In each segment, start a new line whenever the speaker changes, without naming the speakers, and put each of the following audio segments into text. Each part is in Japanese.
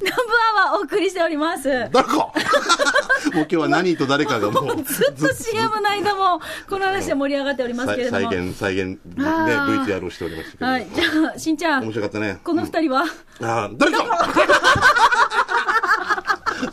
ナンバーはお送りしております。
誰かもう今日は何と誰か がもう
ずっと CM の間も、この話で盛り上がっておりますけれど
再
も。
現、再現、ね、
あー
VTR をしておりましたけど、
はい、じゃあ、しんちゃ
面
ん、
白かったね。
この
うん
二人は、
あー誰か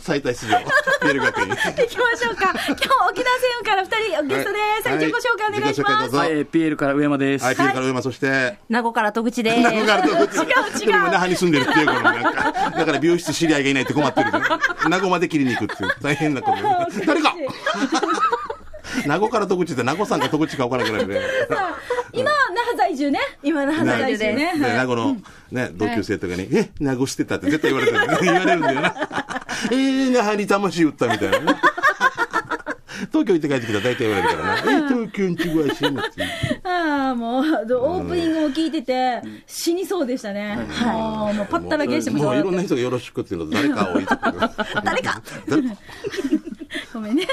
最大出場、メール学院。
行きましょうか。今日、沖縄戦雲から二人、ゲストです。
はい
自己紹介お願いします。
は自己紹
はいい、
介どうぞ
えー PL から上山です。
はい、ピエから上間、そして、
名護から戸口です。
名古屋の違
違う
でも那覇に住んでるっていうこのなんか、だから美容室知り合いがいないって困ってる。 名護まで切りに行くっていう、大変なこと。誰か名護から戸口って名護さんか戸口か分からなくなるね。
今、那覇在住ね。
今の
な
話
大
で
事ね
す。
ね名護の、ね、同級生とかに、え、名護してたって絶対言われてる。言われるんだよな。 えー、那覇に魂打ったみたいなね。 東京行って帰ってきたら大体言われるからな。えー、東京に違いしんっていう。
ああ、もう、どオープニングを聞いてて、死にそうでしたね。はい。もう、パッタラゲしてま
もうい
し
ろんな
た。
人がよろしくっていうのと誰かを言ってくる
誰か
誰か
ごめんね。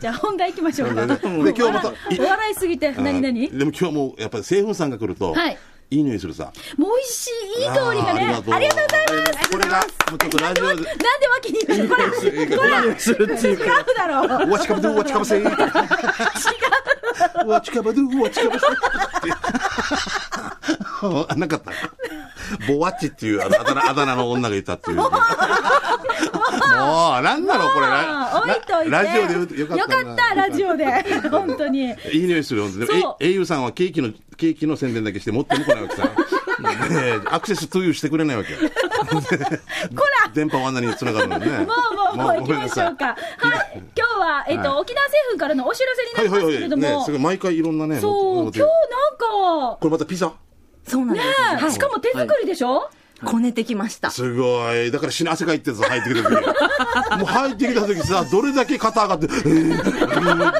じゃあ、本題行きましょうか。
で今日またい
お笑いすぎて、何
う
何
んでも今日もうやっぱり製粉さんが来ると、
はい
い、い匂いするさ
もう美味しい、いい香りがね。ありがとうございます。
これがもうちょっとラジオで
なんで脇に言ってこら、こら、違
するっていう
うだろう。
わちかぶどうわちかぶせ違うわちかぶどうわちかぶせ あなかったボワッチっていうあのあだ名あだ名の女がいたっていうもうなんなのこれ
あ置いといて。
ララジオで言うと
よ
よかったな
かったラジオで。本当に。
いい匂いするよ。でも
そう
え au さんはケーキの、ケーキの宣伝だけして持っても来ないわ けさ。ねえアクセストゥーユーしてくれないわけ。
こら
電波はあんなに繋がるのにね。
もうもうもう行きましょうか。はい。今日は、えっと、
はい
沖縄製粉からのお知らせに
はい
な
は
りま
いは
すけれ
い。
ど
ね
も
それ。毎回いろんなね。
そう、今
こ
日なんか、
れまたピザ
そうなんです。
ね
はい
しかも手作りでしょ
こねてきました。
すごい。だから死に汗かいてさ、入ってきた時。 もう入ってきた時さ、どれだけ肩上がって、 うんうんもう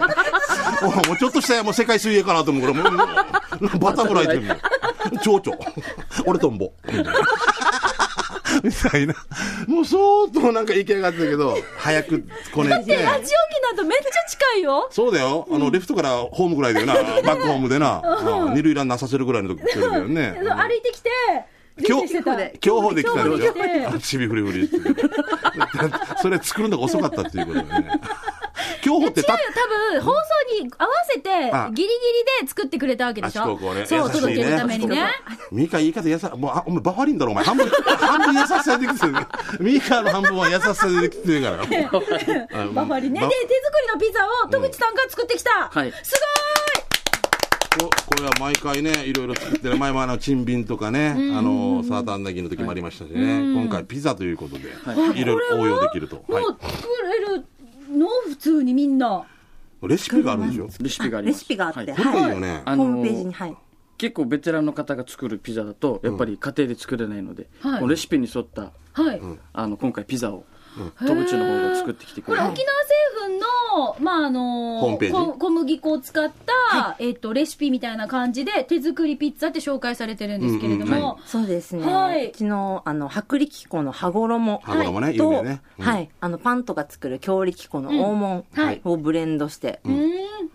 ちょっとしたらもう世界水泳かなと思うから、もう、バタフライでも、蝶々。俺とんぼ。 みたいな。もう相当なんか息上がってたけど、早くこね
で、
て
ラ。ジオ機なんとめっちゃ近いよ。
そうだよ。あの、レフトからホームぐらいだよな。バックホームでな。うん二塁ランナーさせるぐらいの時距離だよね。
そう歩いてきて、
今
出てきて
日
た、
競歩で来たんでし
競歩で来
ょ
て
ちびふりふりして それ作るのが遅かったっていうことだよね。競歩ってた
違うよ、多分、放送に合わせて
あ、
ギリギリで作ってくれたわけでし
あそ
ょ
うこうね
そう、
優しいね
届けるためにね。
ミカ言い方やさ、もう、あお前バファリンだろ、お前。半分、 半分優しさでできてる。ミカの半分は優しさでできてる から。
バファリンね。で、
バ
手作りのピザを戸口さんが作ってきた。
はい
す
ここれは毎回ね、いろいろ作ってる。前もあの、チンビンとかね、あの、サーターアンダギーの時もありましたしね。今回ピザということで、いろいろ応用できると。
ごい、
はい
もう作れるの、普通にみんな。
レシピがあるんでしょ
レシピがあり
レ
ます
シピがあって、
こ
は
れ
い
がいいよね。
あ
ホ
の
ームページに、はい。
結構ベテランの方が作るピザだとやっぱり家庭で作れないので、
はい
このレシピに沿った
はい。
あの今回ピザを戸口の方が作ってきてく
こ
れ
れ、
て、
沖縄製粉の、まあ、あの、
ホームページ
こ小麦粉を使った、えっと、レシピみたいな感じで、手作りピッツァって紹介されてるんですけれど
うんうん
も、
そうですね。
はいう
ちの、あの、薄力粉の羽衣。
羽衣ね
はい
有名
と、
ねうん
はい。あの、パンとか作る強力粉の黄門
うんはい
をブレンドして、
うん。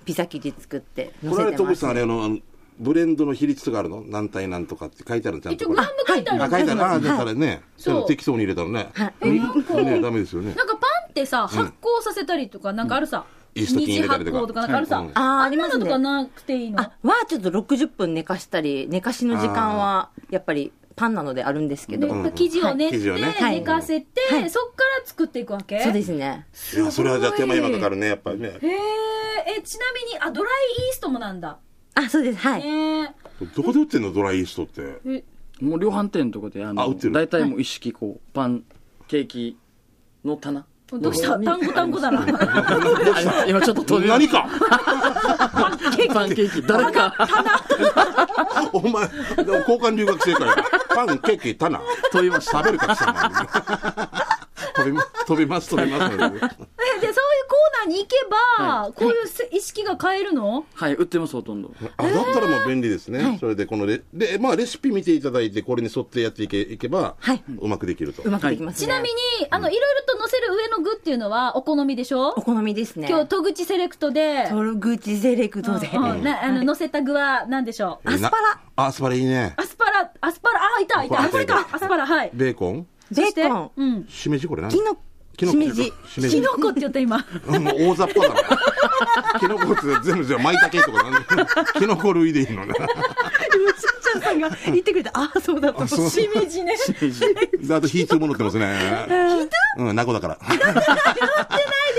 ピザ生地作って、乗
これ
せ
は
て
戸
ま
口
す
さん、あ。れあの、あのブレンドの比率とかあるの何対何とかって書いてあるのちゃん
一
と
応、
これ。
南部書いてある
あ、
ん
書
で
い
すよ
てある。あ、じゃあれね。
そう
それ適当に入れたのね。
はい
えなんか
ね、ダメですよね。
なんかパンってさ、発酵させたりとか、なんかあるさ。
うんイースト菌入れたり
二
と
次発酵とか、
か
なんかあるさ。
うん
あーあ
あん
りま
な
す
のと
ね
か。なくていいの。
あ、はちょっと60分寝かしたり、寝かしの時間は、やっぱりパンなのであるんですけ
で
ど、
ん
生地を練っ
生地をね
て、
はい
寝かせて、
はい
そっから作っていくわけ。
そうですすね。
いや、それはじゃあ手間今かかるね、やっぱりね。
へーえ、ちなみに、あ、ドライイーストもなんだ。
あ、そうです。はい。
ね
どこで売ってんのドライイーストって。
ええ
もう量販店のとこであ
あ売ってる
大体もう一式こうパンケーキの棚
どうした単語単語だ な。
あ今ちょっと飛びま
何
し
か
たパンケーキ誰か
お前、交換留学生かよ。パン、ケーキ、タナ。
飛びました
食べるか貴様 飛びま、飛びます、飛びま
え
す。
で、そういうコーナーに行けば、こういうせ意識が変えるの
はい売ってますほとんど
あ、だったらもう便利ですね。それで、このレ、で、まあ、レシピ見ていただいて、これに沿ってやっていけいけば
はい、
うまくできると
う。まくできます
ち
ね。
なみに、あの、いろいろと乗せる上の具っていうのは、お好みでしょ
お好みですね。
今日、戸口セレクトで、
トルグチセレクトで。
うんうんなあの、乗せた具は何でしょう
アスパラ
ラ。あ、アスパラいいね。
アスパラ、アスパラ、あ、いた、いた、
あ
あこれか、アスパラ、はい。
ベーコン
そして
ベーコン
うん。
しめじこれ何
きの
きの
しめじ
しめ
キ
じ
ノコって言った今。
うんもう大雑把だな。キノコって全部じゃあ、舞茸とかなんで、キノコ類でいいのね。
今しんちゃんさん が言ってくれて、ああ、そうだった。
そう
しめ じね。
であと、火つものってますね。うん、ナコだから。なってない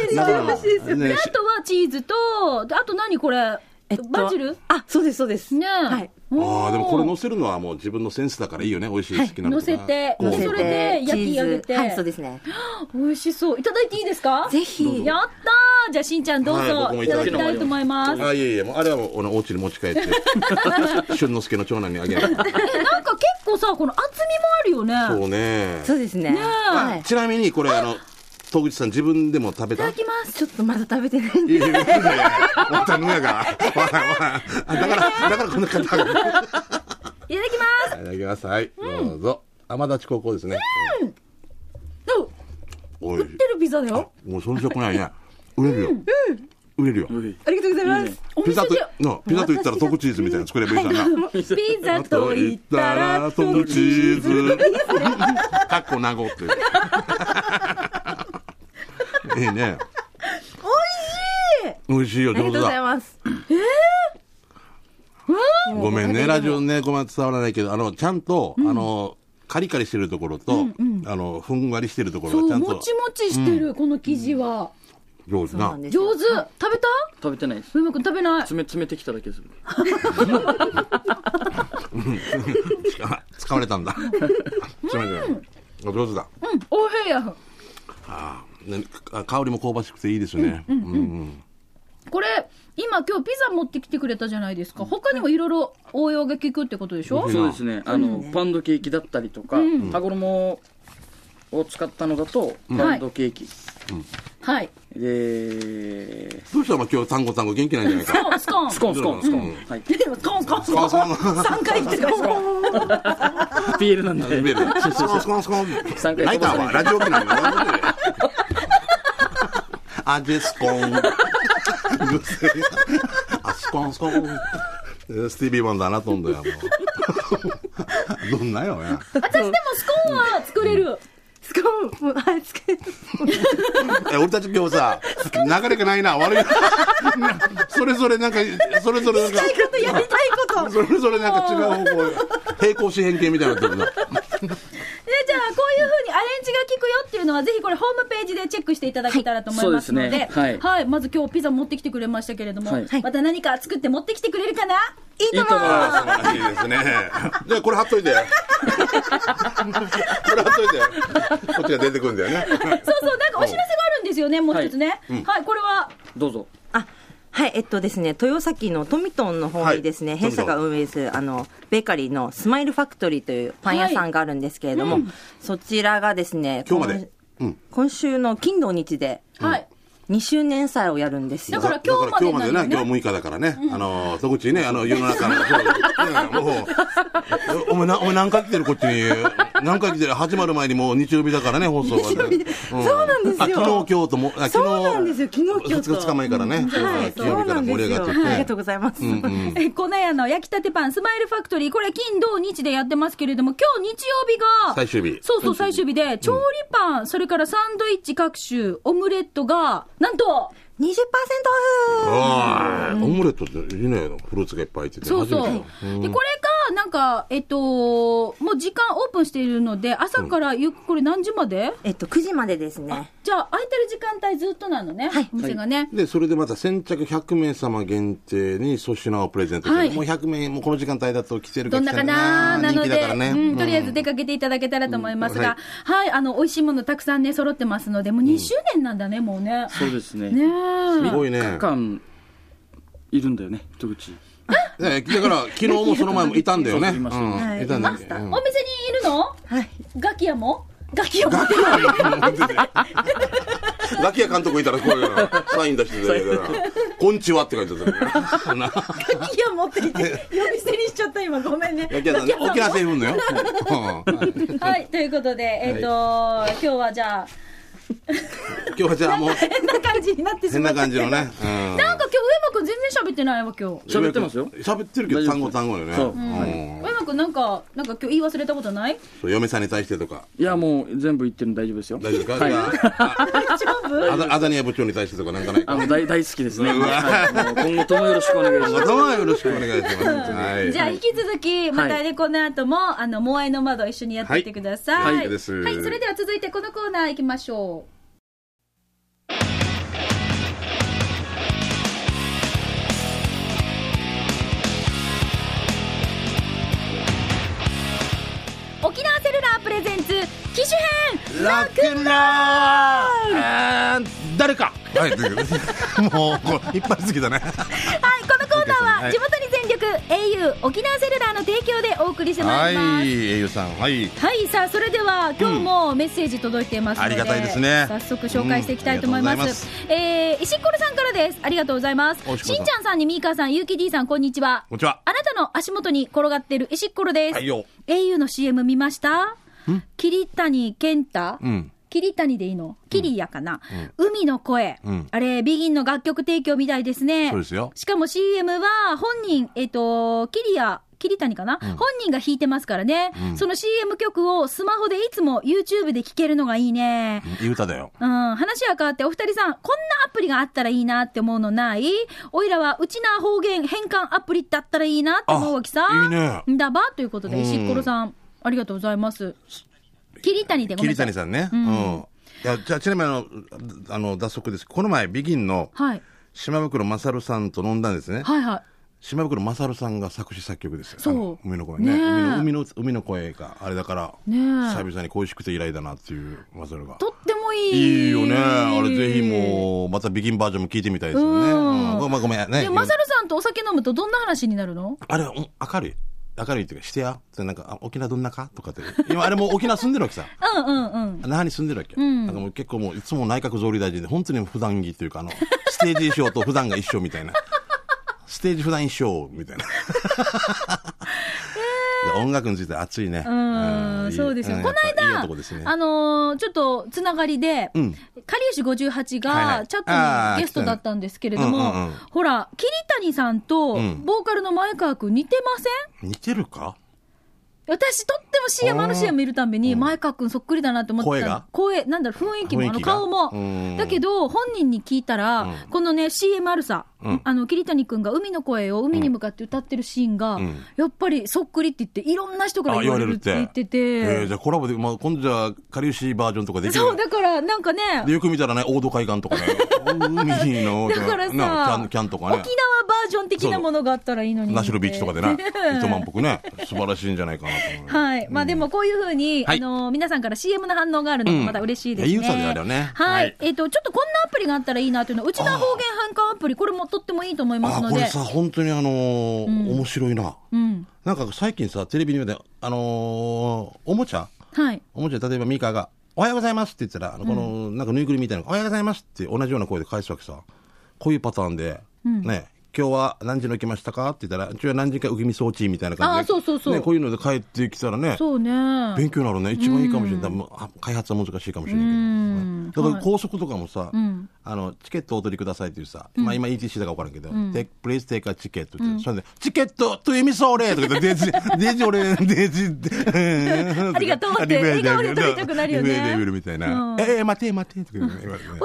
ですよ。
で
ね
あとはチーズと、であと何これ、
えっと
バジル
あ、そうです、そうです。
ねえ。
はい
ああ、でもこれ乗せるのはもう自分のセンスだからいいよね、美味しい好きなの
乗
とか
せて、
こう
でそれで焼き上げて。
チーズはい、そうですね。
美味しそう。いただいていいですか
ぜひ。
やったーじゃあしんちゃんどう
はい
ぞ、
僕も
い、
いた
た
だ
だ
き
き
ます
たいと思います。
あいえいえ、もうあれはもうあのお家に持ち帰って、俊之介の長男にあげる。
えなんか結構さ、この厚みもあるよね。
そうね。
そうですね。はい。い
ちなみにこれ、あの、戸口さん自分でも食べた
いただきます。
ちょっとまだ食べてないん
い
で。
やいやいやいやお頼むやから。わかんわかんだから、だからこんな方が。い
いただきます。
ただきます。はい。どうぞ。天立高校ですね。
どう
おいしい。
テルピザだよ。
もう遜色ないね。売れるよ。売れるよ。
ありがとうございます。
お
ピ
店
ザと
で、
なピザと言ったらトムチーズみたいなの作ればいいじゃんな。
ピザと言ったら、
トムチーズ。かっこなご っていう。いいね。おいしい。おいしいよ、
あり
上
がと
手
うござい
だ。
ます。
ごめんね、ラジオね、ごめん伝わらないけど、あの、ちゃんと、あの、カリカリしてるところと、あの、ふんわりしてるとこ
そ
ろがちゃ
う、
ん
も
と
ちもちしてる、この生地は。
上手
そうな。
なん
ですよ。
上手。食べた
食べてないです
うまくん食べない。
詰め詰めてきただけですは
使われたんだ。すいません上手だ。
うん、おいしいや。
ねあ香りも香ばしくていいですよね。うん
これ、今今日ピザ持ってきてくれたじゃないですか。他にもいろいろ応用が効くってことでしょ
う
そうですねあの、パウンドケーキだったりとか、羽衣を使ったのだとパウンドケーキ、
はい。
で
どうしたの今日単語単語元気ないんじゃない
ス
か。
コーン、 スコーン。
スコーンスコーンスコーン、
うん
はい
スコーン、スコーン、スコーン。3回言ってください。
ビー ルなんで
ビールスコンスコンスコン
三回
ライターは
飛ばさ
ラ
れて
ジオ機なんだ。あジェスコン。あスコンスコン。スティービーワンダーなとんだよ。もうどんなよや。
私でもスコーンは作れる。
スコーン、もう、はい、つけ。
え俺たち今日さ流れがないな悪いな。それぞれなんかそれぞれなんか。
ことやりたいこと。
それぞれなんか違う方向へ平行四辺形みたいになってるな
でじゃあこういうふうにアレンジが効くよっていうのはぜひこれホームページでチェックしていただけたらと思いますので,、
はいそうですねはい
まず今日ピザ持ってきてくれましたけれども、
はい
また何か作って持ってきてくれるかない
い
いいと思います
素晴らしいですねでこれ貼っといてこれ貼っといてこっちが出てくるんだよね
そうそうなんかお知らせがあるんですよねもう一つねはい、これは
どうぞ
あはい、えっとですね、豊崎のトミトンの方にですね、
はい
弊社が運営する、あの、ベーカリーのスマイルファクトリーというパン屋さんがあるんですけれども、そちらがですね、
今日まで
今今週の金土日で、
はい、
2周年祭をやるんですよ
だ。から今日まで
だから今日ま
な
で
ん
ね
だ
今
よね
日6日だからね、あの戸口ねあの世の中のそうねもうお前なお前何回来てるこっちに何回来てる始まる前にもう日曜日だからね放送は、ねうん
そうなんですよ
あ昨日今日ともあ昨日
そうなんですよ昨日今日と
2日前からね、
はい、
金曜
そう
日か
な
ら
んで
盛り
す
上がっ
よ。
て
はい
て、
ありがとうございます。
え粉屋の焼きたてパンスマイルファクトリーこれ金土日でやってますけれども今日日曜日が
最終日
そうそう最終日で調理パン、それからサンドイッチ各種オムレットがなんと
20%オフ
ああ、オムレットっていいね。フルーツがいっぱい入ってて。
そうそう。
初
で
めて、
これが、なんか、えっと、もう時間オープンしているので、朝からゆっこれ何時まで
えっと、9時までですね。
じゃあ、空いてる時間帯ずっとなのね、
はい
お店がね。
だで、それでまた先着100名様限定に粗品をプレゼントする。
はい
もう100名、もうこの時間帯だと来てる
どんなかなな
来て
の
る人気だ
で
から、ね。
うんとりあえず出かけていただけたらと思いますが、はい、あの、美味しいものたくさんね、揃ってますので、もう2周年なんだね、もうね。
そうですね
ね
す
え。
ごいね。
期間いるんだよね戸口
ねだから、昨日もその 前もいたんだよね。
そうそういました
うん
はい
いたんだ
あ、
よ
お
ね
店 にいるの
はい。
ガキヤもガキヤも
うんガキヤ監督いたらこういうのサイン出してたけど、こんちはって書いてたよね。
いや、持ってきて、呼び捨てにしちゃった、今、ごめんね。
ガキヤさんね、沖縄製粉だよ。うんはい
はい、ということで、えっと、今日はじゃあ、
今日はじゃあもう、
変な感じになってし
変
ま
な
った
感
け
じ
ど。
のね。うん
なんか結今日上間くん全然喋ってないわ今日
喋ってますよ
喋ってるけど、単語単語よね。
そう
うん
上間くんなんかなんか今日言い忘れたことない
そう嫁さんに対してとか。
いや、もう全部言ってるの大丈夫ですよ。
大丈夫ですか
はい
じゃあああだアダニア部長に対してとかなんかないか
あの、大、大好きですね。
うわ
はいもう今後ともよろしくお願いします。
頭はよろしくお願いします。はい。
じゃあ引き続きまたねこの後も、あのモアイの窓一緒にやっていってください、
はいはいです
はいそれでは続いてこのコーナー行きましょう沖縄セルラープレゼンツ機種編
ラックンロール誰かはい、ということでもう、これ、引っ張りすぎだね。
はい、このコーナー
は
はい地元に全力、au 沖縄セルラーの提供でお送りしてま
はい
り
い
ます。、
えゆさん、はい。
はい、さあ、それでは、今日もメッセージ届いていますので、
ありがたいですね
早速紹介していきたいと思います。
うんありがとう
えー、石ころさんからです。ありがとうございます。
お石ころ
し
さ
ん
ん
ちゃんさんにみーかーさん、ゆうき D さん、こんにちは。
こんにちは
あなたの足元に転がってる石ころです。
はいよ
au の CM 見ました桐谷健太
うん。
桐谷でいいの桐谷かな、海の声、
うん
あれ、ビギンの楽曲提供みたいですね。
そうですよ
しかも CM は本人、えっ、と、桐谷、桐谷かな、本人が弾いてますからね、
ん
その CM 曲をスマホでいつも YouTube で聴けるのがいいね。
いい歌だよ。
うん、話は変わって、お二人さん、こんなアプリがあったらいいなって思うのないおいらは、うちな方言変換アプリだったらいいなって思うわけさ。
あいいね
んだばということで、
うん
石ころさん、ありがとうございます。桐谷でごめん
桐
なさい
谷さんね。
う
うんん。いや、じゃあ、ちなみにあの、あの、脱足です。この前、ビギンの
はい。
島袋勝さんと飲んだんですね。
はいはい。
島袋勝さんが作詞作曲ですよ。
そう
あの海の声ね
ねえ
海の。海の、海の声があれだから、
ねえ
久々に恋しくて以来だなっていう、マサルが。
とってもいい。
いいよね。あれぜひもう、またビギンバージョンも聞いてみたいですよね。
うん
うん。ごめんごめん。ね
で、。マサルさんとお酒飲むとどんな話になるの
あれ、うん明るい。明るいっていうか、してや。ってなんか、あ沖縄どんなかとかって。今、あれもう沖縄住んでるわけさ。
うんうんうん。
那覇に住んでるわけよ。
ん
なんかもう結構もう、いつも内閣総理大臣で、本当に普段着という か、あの、ステージ衣装と普段が一緒みたいな。ステージ普段衣装みたいな。で音楽について熱いね。
うん
いい
そうですよ。
ん
この
やっぱいい
間、
男ですね。
あのーちょっとつながりで、
うん
かりゆし58
はいは
が
い
チャットのゲストだったんですけれど
あー来たねうん
も
うんうん、
ほら、桐谷さんと
ん
ボーカルの前川君似てません
似てるか
私、とっても CM、あの CM 見るたんびに、前川君そっくりだなって思ってた。
声が
声、なんだろう、雰囲気も、あ
雰囲
の
気が
顔も
う。ん
だけど、本人に聞いたら、
うん
このね、CM あるさ、
うん
あの、桐谷君が海の声を海に向かって歌ってるシーンが、
ん
やっぱりそっくりって言って、いろんな人から言われるって言ってて。
えーじゃあコラボで、まあ、今度じゃあ、かりゆしバージョンとかできる
そう、だから、なんかね、
で、よく見たらね、大戸海岸とかね、海の、
だからさ、
なキャン、キャンとか
沖縄
ね
バ、ージョン的なものがあったらいいのにって。
ナシロビーチとか でな、糸満っぽくね、素晴らしいんじゃないかなと思う。
はい。まあでもこういうふうに、
はい
あの、皆さんから CM の反応があるの
う
も
ん
また嬉しいですね。
いやいい歌であるよね
は
はいい。
えっ、と、ちょっとこんなアプリがあったらいいなというのは、うちの方言変換アプリ、これもとってもいいと思います
あ、
の
これ
で。
さ、本当にあのー面白いな。
うん。
なんか最近さ、テレビにで、あのーおもちゃ
はい。
おもちゃ、例えばミカが、おはようございますって言ったら、あのこの、なんかぬいぐるみみたいなのが、おはようございますって同じような声で返すわけさ。こういうパターンで、ね、今日は何時に起きましたかって言ったら、今日は何時か受け身装置みたいな感じで。
あーそうそうそう
ね、こういうので帰ってきたらね、
そうね。
勉強になるね。一番いいかもしれない。多分あ開発は難しいかもしれないけど。
ん
だから高速とかもさ、
ん
あの、チケットお取りくださいっていうさ、まあ今 ETC だから分からんけど、take- please take a ticket って、それで、チケットという意味それとか言って、デジ、 デジ俺、デジ、
ありがとうって笑顔で取りたくなるよね
リベルみたいな
う。ん
ええ、待て待てとか言われてね
私はあれが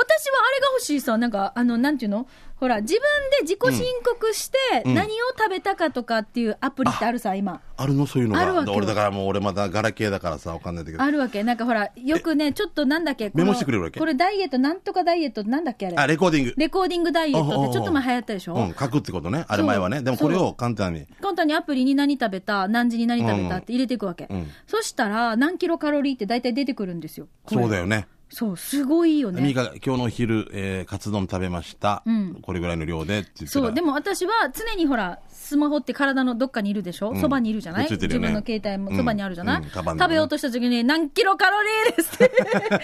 欲しいさ、なんか、あの、なんていうのほら、自分で自己申告して、何を食べたかとかっていうアプリってあるさ、今。
あるのそういうの
あるわ
が。
けよ
俺だからもう俺まだガラケーだからさ、わかんないんだけど。
あるわけ。なんかほら、よくね、ちょっとなんだっけ、この
メモしてくれるわけ
これダイエット、なんとかダイエット、なんだっけあれ。
あ、レコーディング。
レコーディングダイエットってちょっと前流行ったでしょ、
うん、書くってことね。あれ前は
そ
ね。
う
でもこれを簡単に。
簡単にアプリに何食べた、何時に何食べたって入れていくわけ。
ん
そしたら、何キロカロリーって大体出てくるんですよ。これ
そうだよね。
そう、すごいよ
ミ
ね。
カが今日のお昼、えーカツ丼食べました、これぐらいの量でって言ったら
そう、でも私は常にほら、スマホって体のどっかにいるでしょそば、にいるじゃない、
くっついてる
自
よね
分の携帯もそばにあるじゃない、
うんうんカバンのね
食べようとした時に何キロカロリーですって 言っ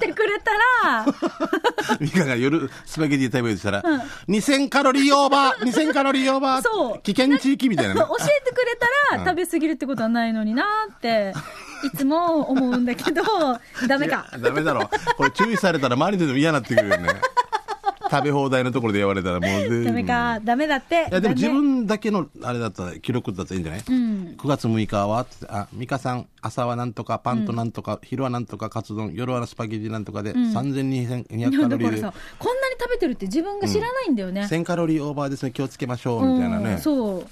てくれたら、
ミカが夜スパゲティ食べるとしたら、2000カロリーオーバー2000カロリーオーバー
そう
危険地域みた いなね
教えてくれたら食べ過ぎるってことはないのになって、いつも思うんだけど、ダメか。
ダメだろこれ注意されたら周りでも嫌になってくるよね食べ放題のところでやわれたらもう
ダメか、ダメだって。
いやでも自
残
分だけのあれだったら記録だったらいいんじゃない、
ん
?9 月6日はってあ、美香さん、朝はなんとか、パンとなんとか、昼はなんとか、カツ丼、夜はスパゲティなんとかで、
念
3200カロ
い
リ
や
ー
だ
で
からさ、こんなに食べてるって自分が知らないんだよね。
1000カロリーオーバーですね、気をつけましょう、
うん
みたいなね。
そう。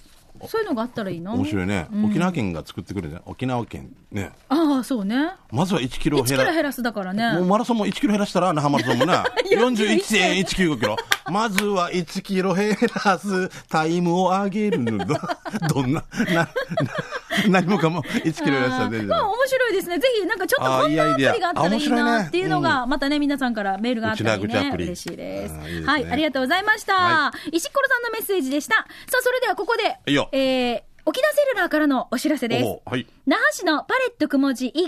そういうのがあったらいいな。
面白いね、
うん
沖縄県が作ってくれるんじゃない沖縄県ね。
ああ、そうね。
まずは1キロ
1
を
キ
減
ロ
ら
減らすだからね。
もうマラソンも1キロ減らしたら、那覇マラソン もな、41.195キロ。まずは1キロ減らす、タイムを上げるのだ。ど んな、な、な何もかも1キロ減らしたら出るじゃ
まあ
ない。
面白いですね。ぜひ、なんかちょっと
あー
こ
い
ん
い
な
ア
ア
イ
プ
デア
リがあったらいい
あ面白い
な
ね
っていうのが、またね、皆さんからメールがあったらいいう
ちなぐち
ね
ア。プリ
嬉しいです。
あーいいですね
はい、ありがとうございました。
は
石ころさんのメッセージでした。さあ、それではここで、
いいよ
えー、沖縄セルラーからのお知らせです。
おうはい。
那覇市のパレットくもじ1階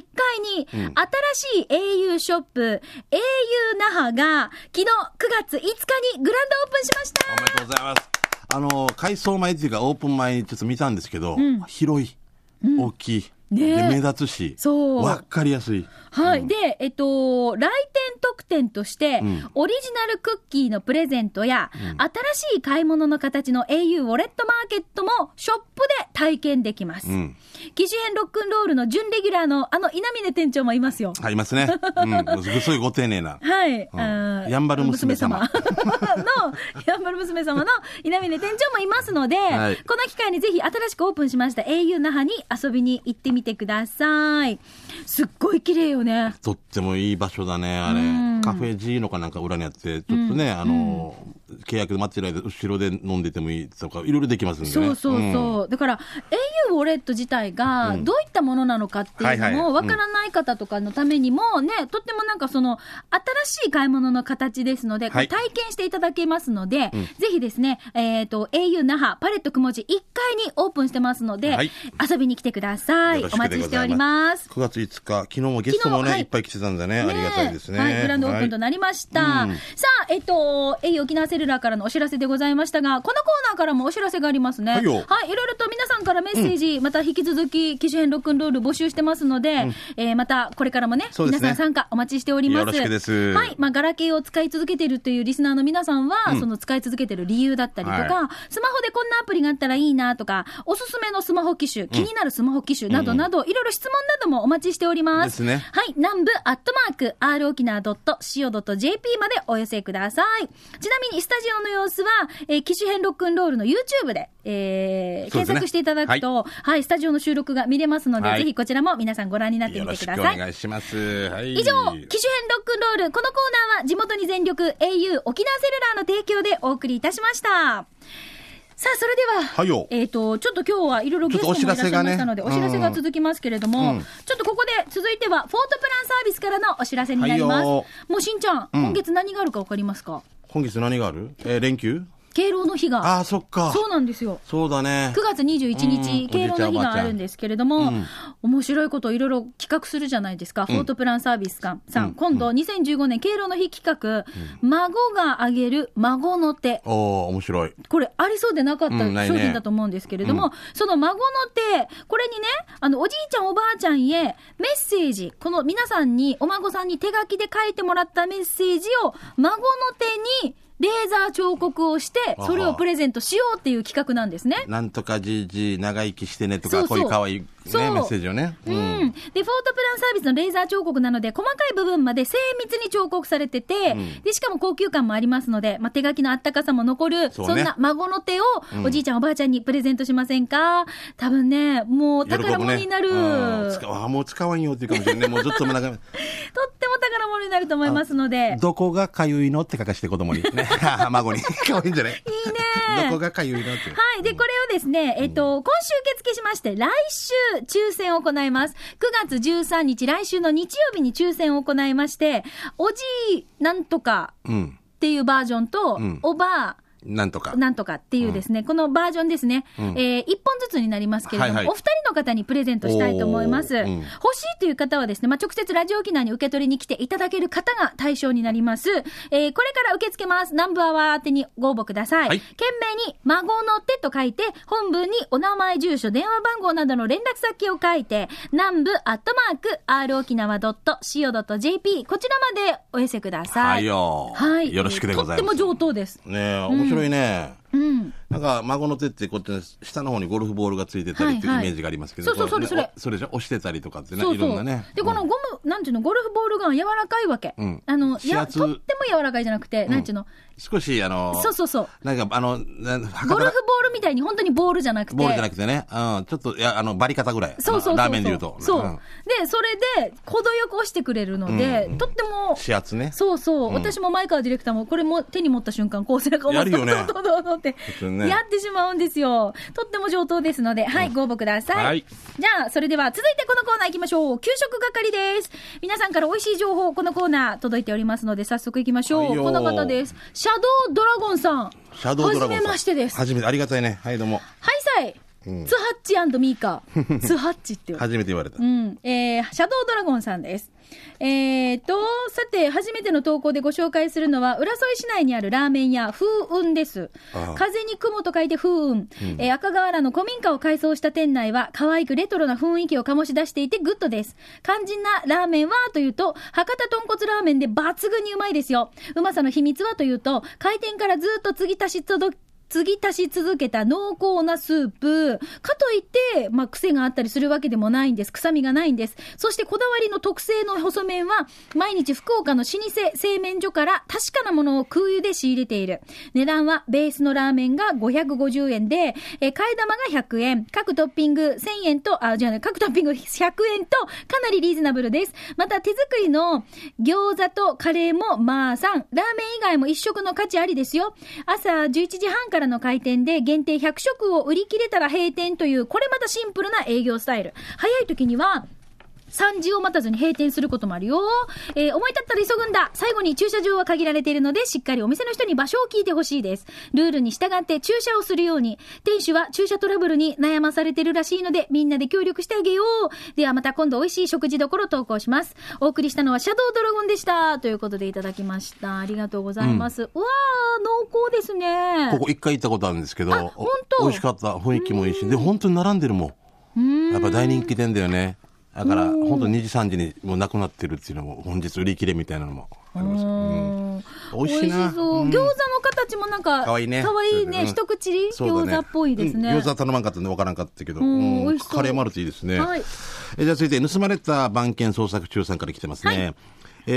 に、
うん
新しい au ショップ、au 那覇が、昨日9月5日にグランドオープンしました
おめでとうございます。あの、改装前っていうか、オープン前にちょっと見たんですけど、広い、大きい、
ねえ
で目立つし、
そう
わかりやすい。
はい。で、えっと、来店特典として、
ん
オリジナルクッキーのプレゼントや、新しい買い物の形の au ウォレットマーケットもショップで体験できます。
うん。
機種編ロックンロールの準レギュラーのあの稲峰店長もいますよ。
ありますね。うん。すごいご丁寧な。
はい。
うん
あー
やんばる娘様
娘様 の、やんばる娘様の稲峰店長もいますので、
はい
この機会にぜひ新しくオープンしました au 那覇に遊びに行ってみてください。すっごい綺麗よね。
とってもいい場所だね、あれ。
うん
カフェ G のかなんか裏にあって、ちょっとね、あの、契約で待ってる間、後ろで飲んでてもいいとか、いろいろできますんでね。
そうそうそう。
ん
だから、au ウォレット自体が、どういったものなのかっていう
はい
の
は
も、
い
わからない方とかのためにもね、とってもなんかその、新しい買い物の形ですので、こ
は
う
い
体験していただけますので、ぜひですね、えっと、au 那覇パレットくもじ1階にオープンしてますので
はい、
遊びに来てください
よろ。し
お
くでございま
待ちし
す
ております。
9月5日、昨日もゲストも
昨日
ね、
はい
いっぱい来てたんだね。ありがたいですね。
はい、グランドオープンとなりました。
はいうん
さあ、えっと、au 沖縄セルラーからのお知らせでございましたが、このコーナーからもお知らせがありますね。
はいよ
はい、いろいろと皆さんからメッセージ、また引き続き、機種編ロックンロール募集してますので、えーまたこれからもね、
そうで
皆
す
さ
ね
ん参加お待ちしております。
よろしくです
はい、まあ、ガラケーを使い続けているというリスナーの皆さんは、その使い続けている理由だったりとか、
は
スマホでこんなアプリがあったらいいなとか、おすすめのスマホ機種、気になるスマホ機種などなど、いろいろ質問などもお待ちしております。
ですね
はい、南部アットマーク、r 沖縄 .co.jp までお寄せください。ちなみに、スタジオの様子は、えー機種編ロックンロールの YouTube で、えー
そう
検
ですね
索していただくと、はい、スタジオの収録が見れますので、
はい
ぜひこちらも皆さんご覧になって
よ
み
ろ
て
し
く
く
だ
お
さい。
願いします。はい。
以上、機種編ロックンロール、このコーナーは地元に全力 au 沖縄セルラーの提供でお送りいたしました。さあ、それでは、
はいよ
えっ、と、ちょっと今日はいろいろゲストもいらっしゃいましたので、
ちょ
お
っとお
知らせ
知らせがね
が続きますけれども、
うん
ちょっとここで続いては、フォートプランサービスからのお知らせになります。
はいよ
もうしんちゃん、
ん
今月何があるかわかりますか
今月何があるえー、連休
敬老の日
あ
が。
あ、そっか。
そうなんですよ。
そうだね
9。月21
う
日、
ん
敬老の日があるんですけれども、面白いことをいろいろ企画するじゃないですか、フォートプランサービスさん、さん今度、2015年敬老の日企画、孫があげる孫の手。
おお面白い。
これ、ありそうでなかった
うんない
商
ね
品だと思うんですけれども、その孫の手、これにね、あの、おじいちゃん、おばあちゃんへ、メッセージ、この皆さんに、お孫さんに手書きで書いてもらったメッセージを、孫の手に、レーザー彫刻をして、それをプレゼントしようっていう企画なんですね。
なんとかじいじい長生きしてねと
そ
か、
うそ
こ
う
ういう可愛いね、メ
そう
ッセージをね。う
うん、で、フォートプランサービスのレーザー彫刻なので、細かい部分まで精密に彫刻されてて、で、しかも高級感もありますので、まあ、手書きのあったかさも残る、そ,、
そうね
んな孫の手を、おじいちゃん、おばあちゃんにプレゼントしませんか多分ね、もう
喜ぶね
宝物になる。
うん
と
使わあもう使わんよっていうかもしれ ない。もうずっと長め。
っても宝物になると思いますので、
どこがかゆいのって書かして 子供に。ね、孫に。可愛いんじゃない
いいね
どこがかゆいのって。
はい。で、これをですね、えっ、と、今週受付しまして、来週抽選を行います。9月13日、来週の日曜日に抽選を行いまして、おじいなんとか
うん。
っていうバージョンと、
ん
おばあ、
なんとか。
なんとかっていうですね、このバージョンですね、
ん
えー、1本ずつになりますけれども、
はいはい
お二人の方にプレゼントしたいと思います。
おーうん
欲しいという方はですね、まあ、直接ラジオ機内に受け取りに来ていただける方が対象になります。えー、これから受け付けます。ナンバーワー宛てにご応募ください。
はい
懸命に、孫の手と書いて、本文にお名前、住所、電話番号などの連絡先を書いて、南部アットマーク、r 沖縄 .co.jp、こちらまでお寄せください。
はいよ。
はい。
よろしくでござい
と
ま
っ
す。
ても上等です。
ねえ、面白いね。
うん。
なんか、孫の手って、こうやって、下の方にゴルフボールがついてたりっていう
はい
イ
はい
メージがありますけど、
そうそう
こね
それそれ
おそれじゃ押してたりとかってね、
そう
い
そ
ろんな
う。
ね。
で、このゴム、なんちゅうの、ゴルフボールが柔らかいわけ。
うん
あの、
指
や、
圧
とっても柔らかいじゃなくて、なんちゅうの、
少し、あの、
そうそうそう。
なんか、あの、な博
ゴ
多
ルフ
ら
ボールみたいに本当にボールじゃなくて。
ボールじゃなくてね、うん、ちょっと、いや、あの、バリ方ぐらい。
そうそうそうそう。
ラーメンで言うと。
そう。
ん
で、それで、程よく押してくれるので、
うん
とっても、
指圧ね。
そうそう、
うん
私も前川ディレクターも、これも手に持った瞬間、こう背中を持って
やるよ ね
どうどうどうって
普通ね
やってしまうんですよ。とっても上等ですので、はい、ご応募ください。
はい
じゃあ、それでは続いてこのコーナー行きましょう。給食係です。皆さんから美味しい情報、このコーナー届いておりますので、早速行きましょう。
はいよ
この方です。シャドウドラゴンさん。
シャドウドラゴン
はじ
さん。
めましてです。は
はじめて、ありがたいね。はい、どうも。
いさい。ツハッチミーカ ー。ツハッチって言われて
初めて言われた
う。ん。えー、シャドウドラゴンさんです。えーと、さて、初めての投稿でご紹介するのは、浦添市内にあるラーメン屋、風雲です
ああ。
風に雲と書いて風雲。えー赤瓦の古民家を改装した店内は、可愛くレトロな雰囲気を醸し出していてグッドです。肝心なラーメンはというと、博多豚骨ラーメンで抜群にうまいですよ。うまさの秘密はというと、開店からずっと継ぎ足し届継ぎ足し続けた濃厚なスープ。かといって、まあ、癖があったりするわけでもないんです。臭みがないんです。そしてこだわりの特製の細麺は、毎日福岡の老舗製麺所から確かなものを空輸で仕入れている。値段はベースのラーメンが550円で、えー替え玉が100円、各トッピング1000円と、あ、じゃあね、各トッピング100円と、かなりリーズナブルです。また手作りの餃子とカレーもまあさん、ラーメン以外も一食の価値ありですよ。朝11時半からの開店で限定100食を売り切れたら閉店という、これまたシンプルな営業スタイル。早い時には、3時を待たずに閉店することもあるよ。えー思い立ったら急ぐんだ。最後に駐車場は限られているので、しっかりお店の人に場所を聞いてほしいです。ルールに従って駐車をするように。店主は駐車トラブルに悩まされてるらしいので、みんなで協力してあげよう。ではまた今度美味しい食事どころ投稿します。お送りしたのはシャドウドラゴンでした。ということでいただきました。ありがとうございます。うわー、濃厚ですね。
ここ一回行ったことあるんですけど、
あ本当
お美味しかった。雰囲気もいいし。で、本当に並んでるもん。やっぱ大人気店だよね。だから、本当2時3時にもうなくなってるっていうのも、本日売り切れみたいなのもありますよ。うん
うん
美味しいな。
そう。
うん
餃子の形もなんか、
かわいいね。
かわいいね。
うん
一口
そう
餃子
だね
っぽいですね。
うん餃子頼まんかったんで分からんかったけど。
ん
うん
美味しそう
カレーもあるといいですね。
はい
えじゃあ続いて、盗まれた番犬捜索中さんから来てますね。えー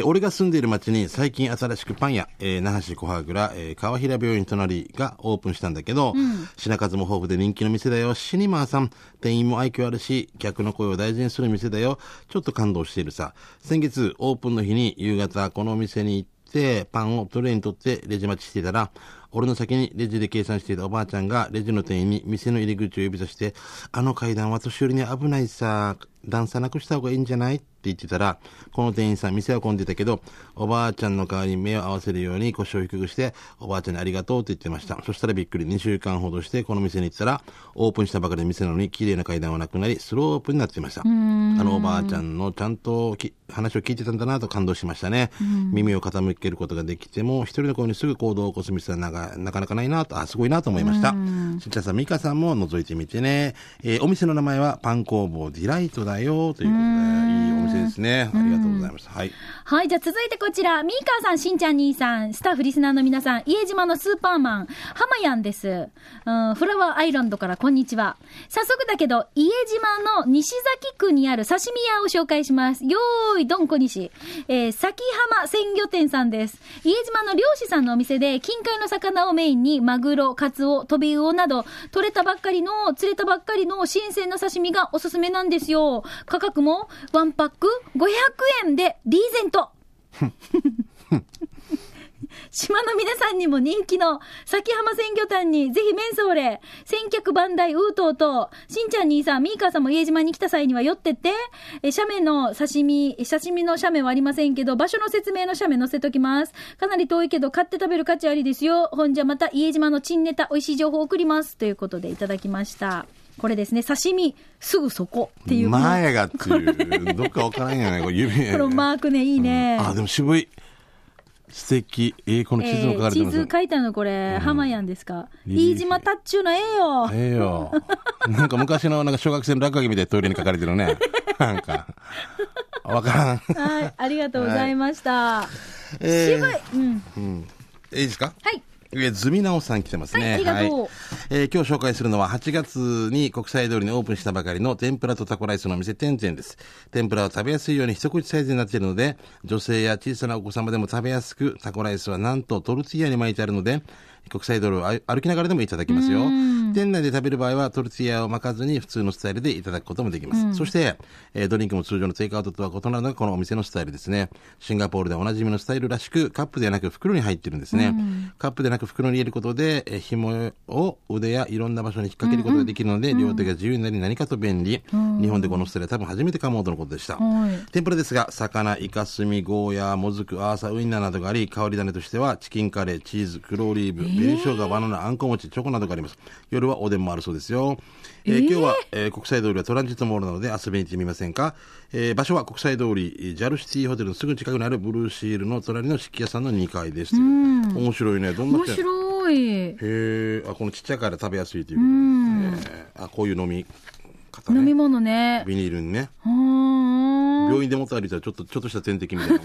俺が住んでいる町に最近新しくパン屋、えー那覇市小羽倉、えー川平病院隣がオープンしたんだけど、品数も豊富で人気の店だよ。シニマーさん、店員も愛嬌あるし、客の声を大事にする店だよ。ちょっと感動しているさ。先月、オープンの日に夕方、このお店に行って、でパンをトレーに取ってレジ待ちしてたら、俺の先にレジで計算していたおばあちゃんがレジの店員に店の入り口を指さして、あの階段は年寄りには危ないさ、段差なくした方がいいんじゃないって言ってたら、この店員さん店は混んでたけど、おばあちゃんの代わりに目を合わせるように腰を低くして、おばあちゃんにありがとうって言ってました。そしたらびっくり2週間ほどしてこの店に行ったら、オープンしたばかりの店なのに綺麗な階段はなくなり、スロープになってました。あのおばあちゃんのちゃんとき話を聞いてたんだなと感動しましたね。耳を傾けることができても、一人の子にすぐ行動を起こす店はなかなかなかないなと、あ、すごいなと思いました。しんちゃんさん、みかさんも覗いてみてね。えーお店の名前はパン工房ディライトだよということで、いいお店ですね。ありがとうございました。はい。
はい、じゃあ続いてこちら、ミーカーさん、しんちゃん兄さん、スタッフリスナーの皆さん、家島のスーパーマン、ハマヤンです。うん、フラワーアイランドからこんにちは。早速だけど、家島の西崎区にある刺身屋を紹介します。よーい、どんこにし。えー、崎浜鮮魚店さんです。家島の漁師さんのお店で、近海の魚をメインに、マグロ、カツオ、トビウオなど、取れたばっかりの、釣れたばっかりの新鮮な刺身がおすすめなんですよ。価格も、ワンパック500円で、リーゼント。島の皆さんにも人気の、崎浜鮮魚店にぜひメンソーレ、千客万代ウートーと、しんちゃんにさん、ミーカーさんも家島に来た際には寄ってって、え、写メの刺身、え刺身の写メはありませんけど、場所の説明の写メ載せときます。かなり遠いけど、買って食べる価値ありですよ。ほんじゃまた家島の珍ネタ、美味しい情報送ります。ということでいただきました。これですね、刺身、すぐそこっていうこの。
前がっていう、どっかわからんやない、これ指。
このマークね、いいね。
あ、でも渋い。素敵。えー、この地図も書かれて
えー
ま
地
す
図。書いてあるのこれ、ハマヤンですか。
いいですね
飯島タッチューのええよ。
ええよ。なんか昔のなんか小学生の落書きみたいなトイレに書かれてるね。なんか。わからん。
はい、ありがとうございました。
え
渋い
ー、。
うん。
いいですか
はい。
えー、ズミナオさん来てますね。
はいありがとう
えー今日紹介するのは8月に国際通りにオープンしたばかりの天ぷらとタコライスのお店天然です。天ぷらは食べやすいように一口サイズになっているので、女性や小さなお子様でも食べやすく、タコライスはなんとトルティーヤに巻いてあるので、国際通りを歩歩きながらでもいただけますよ。店内で食べる場合はトルティーヤを巻かずに普通のスタイルでいただくこともできます。そして、えードリンクも通常のテイクアウトとは異なるのがこのお店のスタイルですね。シンガポールでおなじみのスタイルらしく、カップではなく袋に入ってるんですね。カップでなく袋に入れることで、えー紐を腕やいろんな場所に引っ掛けることができるので、両手が自由になり何かと便利。日本でこのスタイルは多分初めてかもとのことでした。天ぷらですが、魚、イカスミ、ゴーヤー、もずく、アーサー、ウインナーなどがあり、香り種としては、チキンカレー、チーズ、黒オリーブ、紅生姜、バナナ、あんこ餅、チョコなどがあります。夜はおでんもあるそうですよ。えー今日は、えー国際通りはトランジットモールなので遊びに行ってみませんか、えー場所は国際通り、えー JAL シティホテルのすぐ近くにあるブルーシールの隣の漆器屋さんの2階です。面白いね。どんな
面
店
白い。
へえ、あ、このちっちゃいから食べやすいということですね。あ、こういう飲み方
飲み
ね。
物ね。
ビニールにね。
うーん。
病院で持って歩いたらちょっと、ちょっとした点滴みたいな。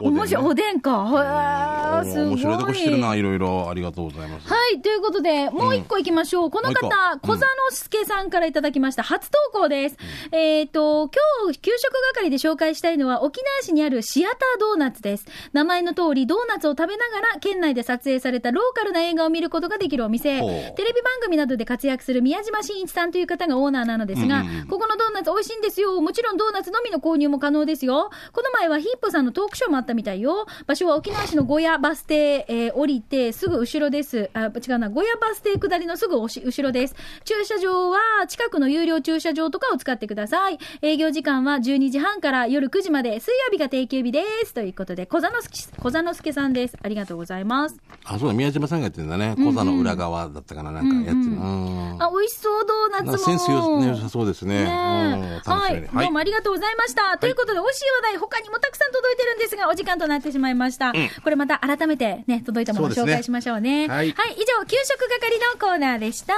おでんね
面白い、おでんか。へーすごい。
面白いとこしてるな、いろいろ。ありがとうございます。
はい。ということで、もう一個行きましょう。この
もう一
方、小座之助さんからいただきました。初投稿です。えっ、と、今日、給食係で紹介したいのは、沖縄市にあるシアタードーナツです。名前の通り、ドーナツを食べながら、県内で撮影されたローカルな映画を見ることができるお店。
ほう
テレビ番組などで活躍する宮島真一さんという方がオーナーなのですが、ここのドーナツ美味しいんですよ。もちろんドーナツのみの購入も可能ですよ。この前はヒップさんのトークショーもあったみたいよ。場所は沖縄市の小屋バス停、えー降りてすぐ後ろです。あ、違うな。小屋バス停下りのすぐおし後ろです。駐車場は近くの有料駐車場とかを使ってください。営業時間は12時半から夜9時まで、水曜日が定休日です。ということで、小座のすき小座のすけさんです。ありがとうございます。
あ、そうだ、宮島さんがやってんだね。小座の裏側だったかな、なんかやってる。うん
あ、美味しそう、ドーナツ
な
も。
んかセンスよ良さそうですね。
ね
うん楽しみに。
はい。どうもありがとうございました。ということで、美味しい話題、他にもたくさん届いてるんですが、お時間となってしまいました。これまた改めてね、届いたものを
そう
紹
ですね
介しましょうね。
は
はいい。以上、給食係のコーナーでした。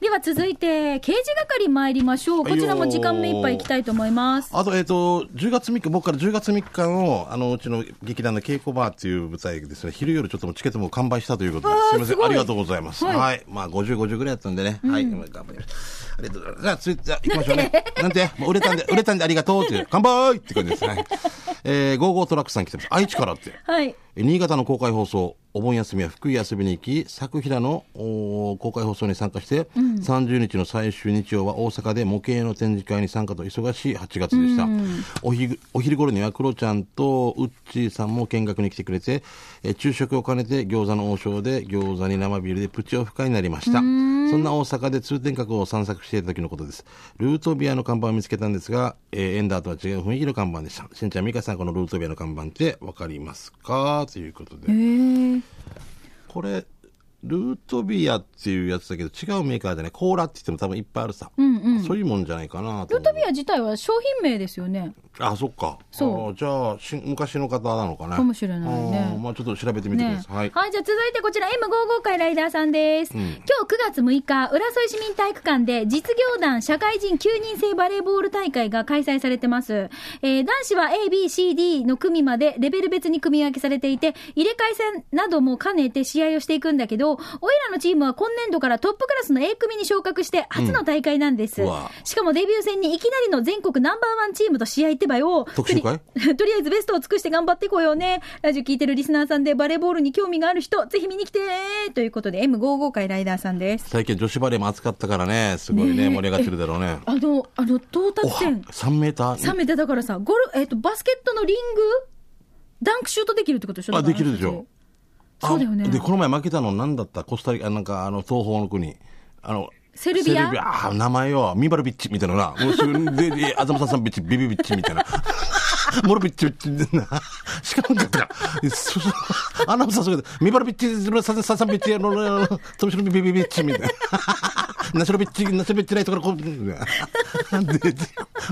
では続いて、刑事係参りましょう。こちらも時間目いっぱいいきたいと思います。
あと、えっ、と、10月3日、僕から10月3日の、あの、うちの劇団の稽古バーっていう舞台ですね、昼夜ちょっともうチケットも完売したということで、すみません、ありがとうございます。はい。まあ、50、50ぐらいだったんでね、はい、今頑張ります。ありがとうございます。じゃあ、つい、じゃあ行きましょうね。なんて、もう売れたんで、売れたんでありがとうっていう、乾杯って感じですね。えー、ゴーゴートラックさん来てます。愛知からって。
はい。
新潟の公開放送お盆休みは福井遊びに行き作平のおー公開放送に参加して、30日の最終日曜は大阪で模型の展示会に参加と忙しい8月でした、おひぐお昼頃にはクロちゃんとウッチーさんも見学に来てくれて、えー昼食を兼ねて餃子の王将で餃子に生ビールでプチオフ会になりましたそんな大阪で通天閣を散策していた時のことですルートビアの看板を見つけたんですが、えーエンダーとは違う雰囲気の看板でしたしんちゃん美香さんこのルートビアの看板ってわかりますかということでこれルートビアっていうやつだけど違うメーカーじゃないコーラって言っても多分いっぱいあるさ、そういうもんじゃないかなと
ル
思う
ートビア自体は商品名ですよね。
あそっか
そう
あーじゃあし昔の方なのかな
かもしれないね
あーまあちょっと調べてみてくだ
ね
さい、はい
はい、じゃあ続いてこちら M55 回ライダーさんです。今日9月6日、浦添市民体育館で実業団社会人9人制バレーボール大会が開催されてます。えー男子は A、B、C、D の組までレベル別に組み分けされていて、入れ替え戦なども兼ねて試合をしていくんだけど、おいらのチームは今年度からトップクラスの A 組に昇格して初の大会なんです。
うんうわ
しかもデビュー戦にいきなりの全国ナンバーワンチームと試合ってばよ。
特集会
とり とりあえずベストを尽くして頑張っていこうよね。ラジオ聞いてるリスナーさんでバレーボールに興味がある人、ぜひ見に来てということで M55 回ライダーさんです。
最近女子バレーも暑かったからねすごいね
ねえ
盛り上がってるだろうね
あの、あの、到達点。
3メーター
3メーターだからさ、ゴル、えっ、と、バスケットのリング、ダンクシュートできるってことでしょ
あできるでしょ。
そうだよね
で、この前負けたのなんだったコスタリカ、なんかあの、東方の国。あの、
セルビア
セルビア、あ名前よ、ミバルビッチみたいなな。もうすぐで、 で、あざさんビッチ、ビビビッチみたいな。 モルビッチビッチみたいな。 しかもなかったから。そそ アナウンサーそれで、ミバルビッチ、サササンビッチ、あの、あのトムシロビビビビッチみたいな。 ナショロビッチ、ナショロビッチないところ、こう、 で、で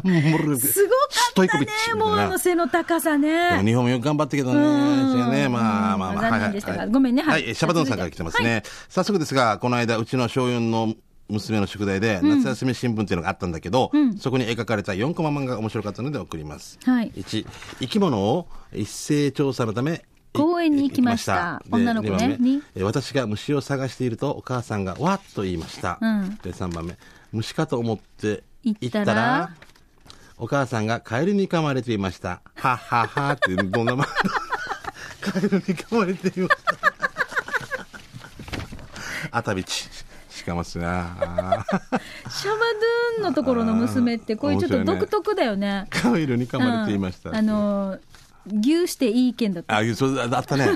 モルビッチ。
すご
ス
か
トイ
った
コビ
ね
ッチ、みたい
もう
な
あの背の高さ
でも
ね。
日本もよく頑張ったけどね。
うん
そうやね、まあまあま
残念
あ。はいはい
でしたが
はい
ごめんねは
はいい、えシャバドゥンさんから来てますね。早速ですが、この間、うちの小4の娘の宿題で、夏休み新聞っていうのがあったんだけど、そこに描かれた4コマ漫画が面白かったので送ります。
はい
1、生き物を一斉調査のため、い
公園に行きました
行き
女の子ね
で二番目
に
え私が虫を探しているとお母さんがわっと言いました。
うん
で、3番目。虫かと思って
行ったら
お母さんがカエルに噛まれていました。はっはっはって、どんなま、 カエルに噛まれていました。あたびち、しかますな。
シャバドゥーンのところの娘って、こういうちょっと独特だよね。
カエルに噛
うん
まれていました。
あのー、牛していい意見だった。
あ、そうだあったね。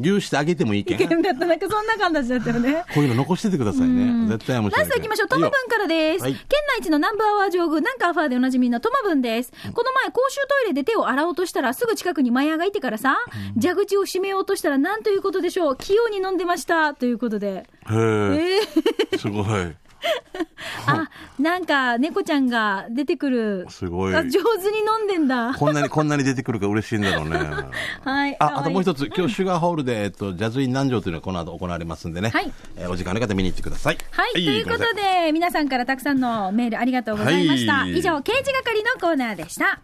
牛してあげてもいいけん。
意
こ
見だった。なんかそんな感じだったよね。
ういうの残しててくださいね。絶対面白
ラ
い
スト
けん。
行きましょう。トマブンからです。
はい
県内一のナンバーワー上宮、なんかアファーでおなじみのトマブンです。この前、公衆トイレで手を洗おうとしたら、すぐ近くにマヤがいてからさ、蛇口を閉めようとしたら、なんということでしょう。器用に飲んでました。ということで。
いいよ。へ
えー
え、すごい。
あ、なんか、猫ちゃんが出てくる。
すごい
あ上手に飲んでんだ。
こんなに、こんなに出てくるから嬉しいんだろうね。
はい。
あ、あともう
つ。
一つ、今日シュガーホールで、えっと、ジャズイン南城というのはこの後行われますんでね。
はい
えーお時間の方見に行ってください。
はい、というこ
ごめんなさ
とで、皆さんからたくさんのメールありがとうございました。
はい
以上、刑事係のコーナーでした。